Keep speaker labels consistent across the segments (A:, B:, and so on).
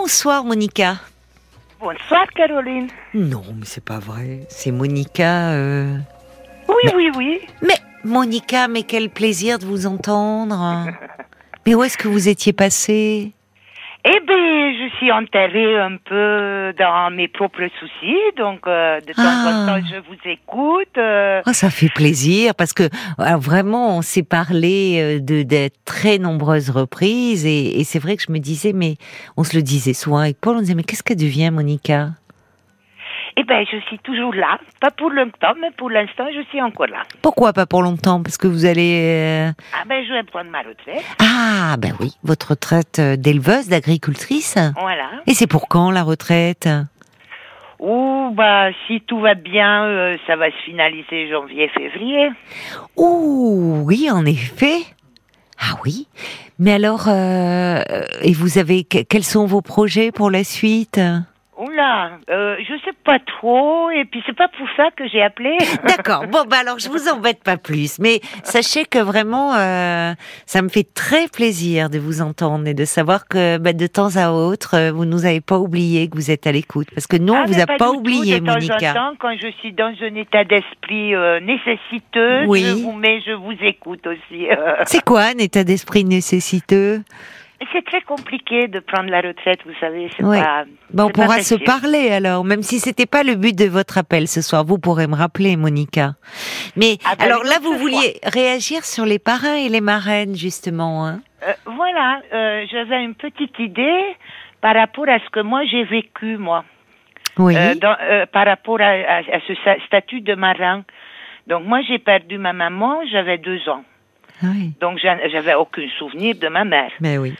A: Bonsoir Monica.
B: Bonsoir Caroline.
A: Non, mais c'est pas vrai. C'est Monica. euh.
B: Oui, oui, oui.
A: Mais Monica, mais quel plaisir de vous entendre. Mais où est-ce que vous étiez passée
B: Eh bien, je suis enterrée un peu dans mes propres soucis, donc euh, de temps
A: Ah.
B: en temps, je vous écoute. euh,
A: Oh, ça fait plaisir parce que ah, vraiment, on s'est parlé euh, de, de très nombreuses reprises et, et c'est vrai que je me disais, mais on se le disait souvent avec Paul, on disait, mais qu'est-ce qu'elle devient Monica
B: eh bien, je suis toujours là. Pas pour longtemps, mais pour l'instant, je suis encore là.
A: Pourquoi pas pour longtemps Parce que vous allez... euh,
B: Ah ben, je vais prendre ma retraite.
A: Ah, ben oui, votre retraite euh, d'éleveuse, d'agricultrice
B: Voilà.
A: Et c'est pour quand la retraite
B: Ou, bah, si tout va bien, euh, ça va se finaliser janvier-février.
A: Ouh, oui, en effet. Ah oui. Mais alors, euh, et vous avez que- quels sont vos projets pour la suite
B: Oula, euh, je sais pas trop, et puis c'est pas pour ça que j'ai appelé.
A: D'accord. Bon, bah alors je vous embête pas plus, mais sachez que vraiment, euh, ça me fait très plaisir de vous entendre et de savoir que bah, de temps à autre, euh, vous nous avez pas oublié, que vous êtes à l'écoute, parce que nous, on
B: Ah,
A: vous
B: mais
A: a pas,
B: du tout.
A: oublié,
B: de
A: Monica.
B: Temps en temps, quand je suis dans un état d'esprit euh, nécessiteux,
A: Oui.
B: je vous mets, je vous écoute aussi. euh.
A: C'est quoi un état d'esprit nécessiteux
B: C'est très compliqué de prendre la retraite, vous savez. C'est
A: Ouais.
B: pas.
A: Bah, on
B: c'est pas
A: pourra se
B: facile.
A: parler alors, même si c'était pas le but de votre appel ce soir. Vous pourrez me rappeler, Monica. Mais
B: Ah bah
A: alors
B: oui,
A: là,
B: ce
A: vous
B: soir.
A: vouliez réagir sur les parrains et les marraines, justement. Hein
B: Euh, voilà, euh, j'avais une petite idée par rapport à ce que moi j'ai vécu, moi,
A: oui.
B: Euh, dans- euh, par rapport à, à- à ce sa- statut de marin. Donc moi j'ai perdu ma maman, j'avais deux ans.
A: Ah oui.
B: Donc j'en- j'avais aucun souvenir de ma mère.
A: Mais oui.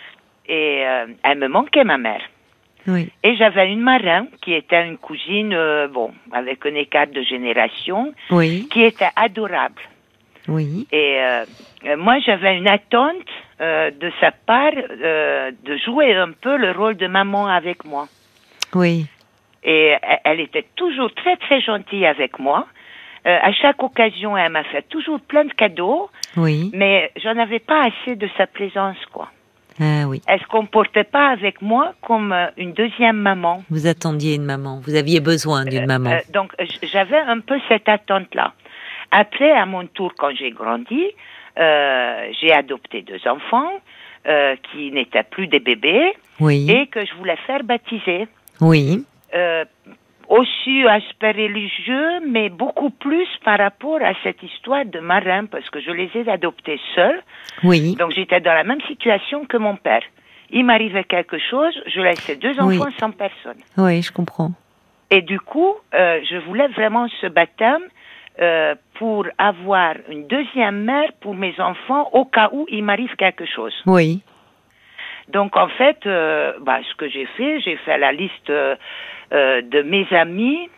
B: Et euh, elle me manquait, ma mère.
A: Oui.
B: Et j'avais une marin qui était une cousine, euh, bon, avec un écart de génération,
A: Oui.
B: qui était adorable.
A: Oui.
B: Et euh, euh, moi, j'avais une attente euh, de sa part euh, de jouer un peu le rôle de maman avec moi.
A: Oui.
B: Et elle- elle était toujours très, très gentille avec moi. Euh, à chaque occasion, elle m'a fait toujours plein de cadeaux,
A: Oui.
B: mais j'en avais pas assez de sa présence, quoi.
A: Ah oui.
B: Elle se comportait pas avec moi comme euh, une deuxième maman.
A: Vous attendiez une maman. Vous aviez besoin d'une maman.
B: Euh, donc j- j'avais un peu cette attente-là. Après, à mon tour, quand j'ai grandi, euh, j'ai adopté deux enfants euh, qui n'étaient plus des bébés
A: oui.
B: et que je voulais faire baptiser.
A: Oui.
B: Euh, aussi aspect religieux, mais beaucoup plus par rapport à cette histoire de marin, parce que je les ai adoptés seuls.
A: Oui.
B: Donc j'étais dans la même situation que mon père. Il m'arrivait quelque chose, je laissais deux
A: Oui.
B: enfants sans personne.
A: Oui, je comprends.
B: Et du coup, euh, je voulais vraiment ce baptême euh, pour avoir une deuxième mère pour mes enfants au cas où il m'arrive quelque chose.
A: Oui.
B: Donc en fait, euh, bah, ce que j'ai fait, j'ai fait la liste euh, euh, de mes amis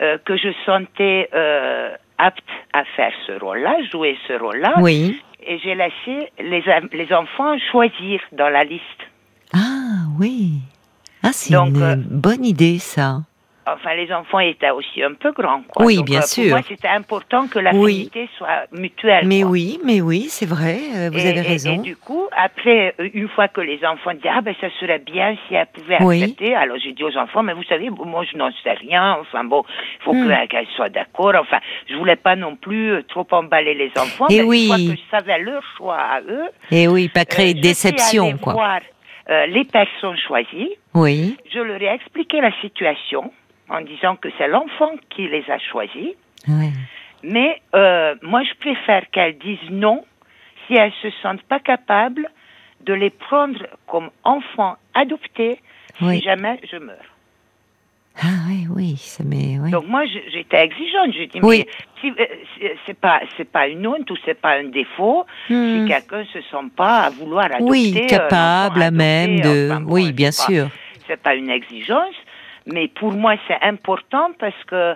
B: euh, que je sentais euh, aptes à faire ce rôle-là, jouer ce rôle-là,
A: Oui.
B: et j'ai laissé les, am- les enfants choisir dans la liste.
A: Ah oui. Ah, c'est
B: Donc,
A: une
B: euh,
A: bonne idée, ça.
B: Enfin, les enfants étaient aussi un peu grands. Quoi.
A: Oui,
B: Donc,
A: bien
B: euh,
A: sûr.
B: Pour moi, c'était important que l'affinité soit mutuelle.
A: Mais
B: quoi.
A: oui, mais oui, c'est vrai. euh, Vous
B: Et-
A: avez
B: et- Et,
A: raison.
B: du coup, après, euh, une fois que les enfants disaient, ah ben ça serait bien si elle pouvait
A: Oui.
B: accepter, alors j'ai dit aux enfants, mais vous savez, moi je n'en sais rien, enfin bon, il faut
A: Hmm.
B: que- euh, qu'elle soit d'accord, enfin, je voulais pas non plus euh, trop emballer les enfants,
A: Eh
B: mais
A: oui.
B: une fois que je savais leur choix à eux,
A: Et oui, pas créer
B: euh,
A: de
B: je suis
A: déception,
B: allée
A: quoi.
B: voir euh, les personnes choisies,
A: Oui,
B: je leur ai expliqué la situation en disant que c'est l'enfant qui les a choisis,
A: ouais.
B: mais euh, moi, je préfère qu'elles disent non si elles se sentent pas capables de les prendre comme enfants adoptés
A: Oui.
B: si jamais je meurs.
A: Ah oui, oui, ça m'est... Oui.
B: Donc moi, je- j'étais exigeante. J'ai dit
A: Oui.
B: mais si, euh, si- c'est pas c'est pas une honte ou c'est pas un défaut
A: Hmm.
B: si quelqu'un se sent pas à vouloir adopter.
A: oui,
B: euh,
A: capable
B: l'enfant
A: à même
B: adopté,
A: de...
B: enfin, bon,
A: oui,
B: c'est
A: bien
B: pas-
A: sûr.
B: c'est pas une exigence, mais pour moi c'est important parce que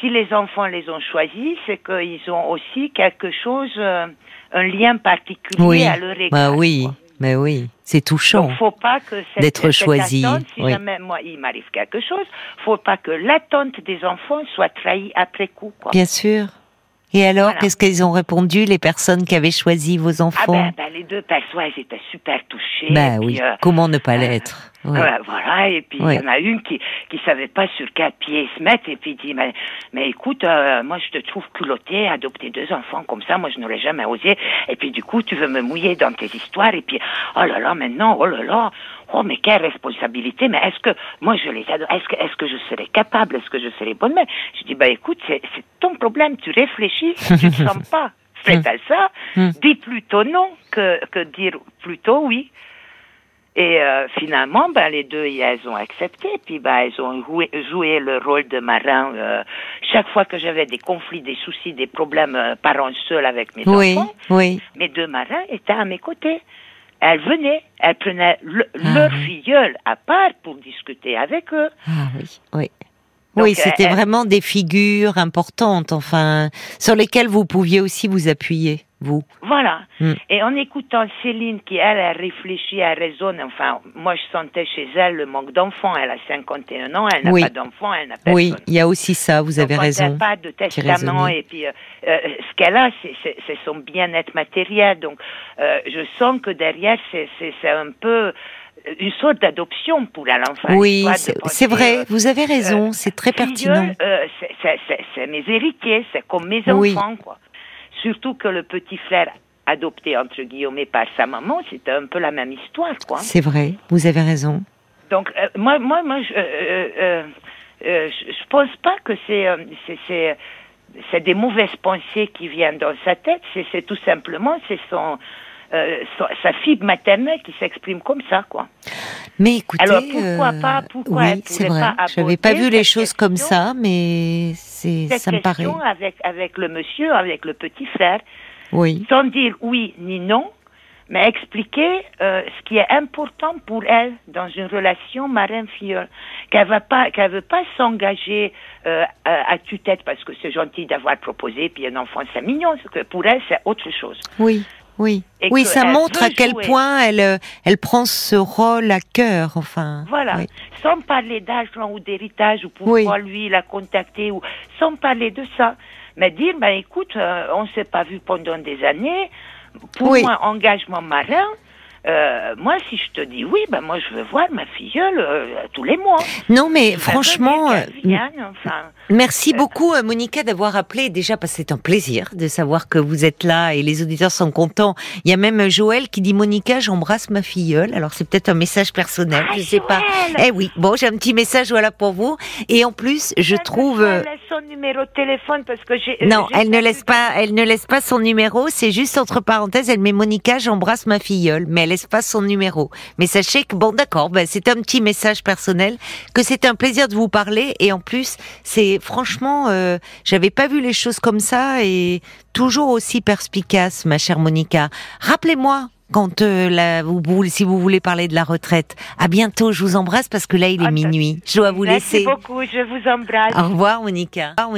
B: si les enfants les ont choisis, c'est qu'ils ont aussi quelque chose, euh, un lien particulier
A: Oui,
B: à leur égard.
A: bah oui,
B: quoi.
A: mais oui, c'est touchant.
B: Donc, faut pas que cette,
A: D'être
B: cette
A: choisi,
B: attente, si
A: oui.
B: jamais moi il m'arrive quelque chose, faut pas que l'attente des enfants soit trahie après coup. Quoi.
A: Bien sûr. Et alors,
B: Voilà.
A: qu'est-ce qu'elles ont répondu, les personnes qui avaient choisi vos
B: Ah
A: enfants
B: ben, ben, les deux personnes, elles étaient super touchées.
A: Bah
B: puis,
A: oui,
B: euh,
A: comment ne pas
B: euh,
A: l'être Ouais.
B: Voilà, voilà, et puis il
A: Ouais.
B: y en a une qui qui savait pas sur quel pied se mettre, et puis dit mais, mais écoute, euh, moi je te trouve culottée, à adopter deux enfants comme ça, moi je n'aurais jamais osé, et puis du coup tu veux me mouiller dans tes histoires, et puis oh là là maintenant, oh là là, oh mais quelle responsabilité, mais est-ce que moi je les ado- est-ce que est-ce que je serais capable, est-ce que je serais bonne mère Je dis bah écoute, c'est c'est ton problème, tu réfléchis, tu ne sens pas prête à ça,
A: Mm.
B: dis plutôt non que que dire plutôt oui. Et euh, finalement, ben, les deux, y- elles ont accepté. Puis ben, elles ont joué, joué le rôle de marin. euh, chaque fois que j'avais des conflits, des soucis, des problèmes euh, parents seuls avec mes
A: Oui,
B: enfants,
A: oui.
B: mes deux marins étaient à mes côtés. Elles venaient, elles prenaient le-
A: Ah
B: leur
A: oui.
B: filleul à part pour discuter avec eux.
A: Ah oui, oui.
B: Donc,
A: oui, c'était
B: euh,
A: vraiment des figures importantes, enfin, sur lesquelles vous pouviez aussi vous appuyer, vous.
B: Voilà.
A: Mm.
B: Et en écoutant Céline, qui elle, elle réfléchit, elle raisonne, enfin, moi je sentais chez elle le manque d'enfants. Elle a 51 ans, elle n'a
A: Oui.
B: pas d'enfants, elle n'a personne.
A: Oui, il y a aussi ça, vous
B: Donc,
A: avez
B: quand
A: raison.
B: elle pas de testament
A: raisonnait.
B: et puis euh, euh, ce qu'elle a, c'est- c'est c'est son bien-être matériel. Donc euh, je sens que derrière, c'est- c'est c'est un peu euh, une sorte d'adoption pour elle. Enfin,
A: oui,
B: histoire de
A: c'est-
B: penser,
A: c'est vrai,
B: euh,
A: vous avez raison,
B: euh,
A: c'est très
B: filleul,
A: pertinent.
B: euh, c'est- c'est- c'est c'est mes héritiers, c'est comme mes
A: Oui.
B: enfants. Quoi. Surtout que le petit frère adopté entre guillemets par sa maman, c'est un peu la même histoire, quoi.
A: C'est vrai, vous avez raison.
B: Donc, euh, moi, moi, moi, je, euh, euh, euh, euh, je je pense pas que c'est, euh, c'est, c'est, c'est des mauvaises pensées qui viennent dans sa tête. C'est, c'est tout simplement, c'est son, euh, son- sa fibre maternelle qui s'exprime comme ça, quoi.
A: Mais écoutez, euh,
B: Alors, pourquoi pas, pourquoi elle
A: oui, c'est
B: pourrait
A: vrai.
B: pas
A: Je n'avais pas
B: aborder
A: vu les
B: cette
A: choses comme
B: question
A: ça, mais c'est
B: Cette
A: ça me paraît.
B: question avec, avec le monsieur, avec le petit frère,
A: Oui,
B: sans dire oui ni non, mais expliquer euh, ce qui est important pour elle dans une relation marin-filleul, qu'elle va pas, qu'elle veut pas s'engager euh, à, à tue-tête parce que c'est gentil d'avoir proposé, puis un enfant c'est mignon, ce que pour elle c'est autre chose.
A: oui, oui.
B: Et
A: oui,
B: que
A: ça
B: elle
A: montre
B: veut
A: à quel
B: jouer.
A: point elle, euh, elle prend ce rôle à cœur, enfin.
B: Voilà,
A: oui.
B: sans parler d'argent ou d'héritage ou pourquoi lui il a contacté ou sans parler de ça, mais dire ben écoute, euh, on s'est pas vu pendant des années. Pour
A: Oui.
B: moi, engagement marin. euh, moi, si je te dis oui, ben moi je veux voir ma filleule euh, tous les mois.
A: Non, mais
B: Ben,
A: franchement,
B: venez,
A: euh,
B: Viviane, enfin,
A: Merci beaucoup, euh, Monica, d'avoir appelé. Déjà, parce que c'est un plaisir de savoir que vous êtes là et les auditeurs sont contents. Il y a même euh, Joël qui dit Monica, j'embrasse ma filleule. Alors, c'est peut-être un message personnel, je sais pas.
B: Ah,
A: Eh oui, bon, j'ai un petit message, voilà, pour vous. Et en plus, je trouve. euh,
B: Elle laisse son numéro de téléphone parce Euh, que j'ai.
A: Non,
B: j'ai
A: elle ne
B: perdu
A: laisse pas, elle ne laisse pas son numéro. C'est juste entre parenthèses, elle met Monica, j'embrasse ma filleule, mais elle laisse pas son numéro. Mais sachez que bon, d'accord, ben, c'est un petit message personnel, que c'est un plaisir de vous parler et en plus, c'est franchement, euh, j'avais pas vu les choses comme ça et toujours aussi perspicace, ma chère Monica. Rappelez-moi. Quand euh, la- vous, vous- si vous voulez parler de la retraite, à bientôt. Je vous embrasse parce que là il est
B: Ah, ça-
A: minuit. Je dois vous
B: Merci
A: laisser.
B: beaucoup, je vous embrasse.
A: Au revoir, Monica. Au revoir,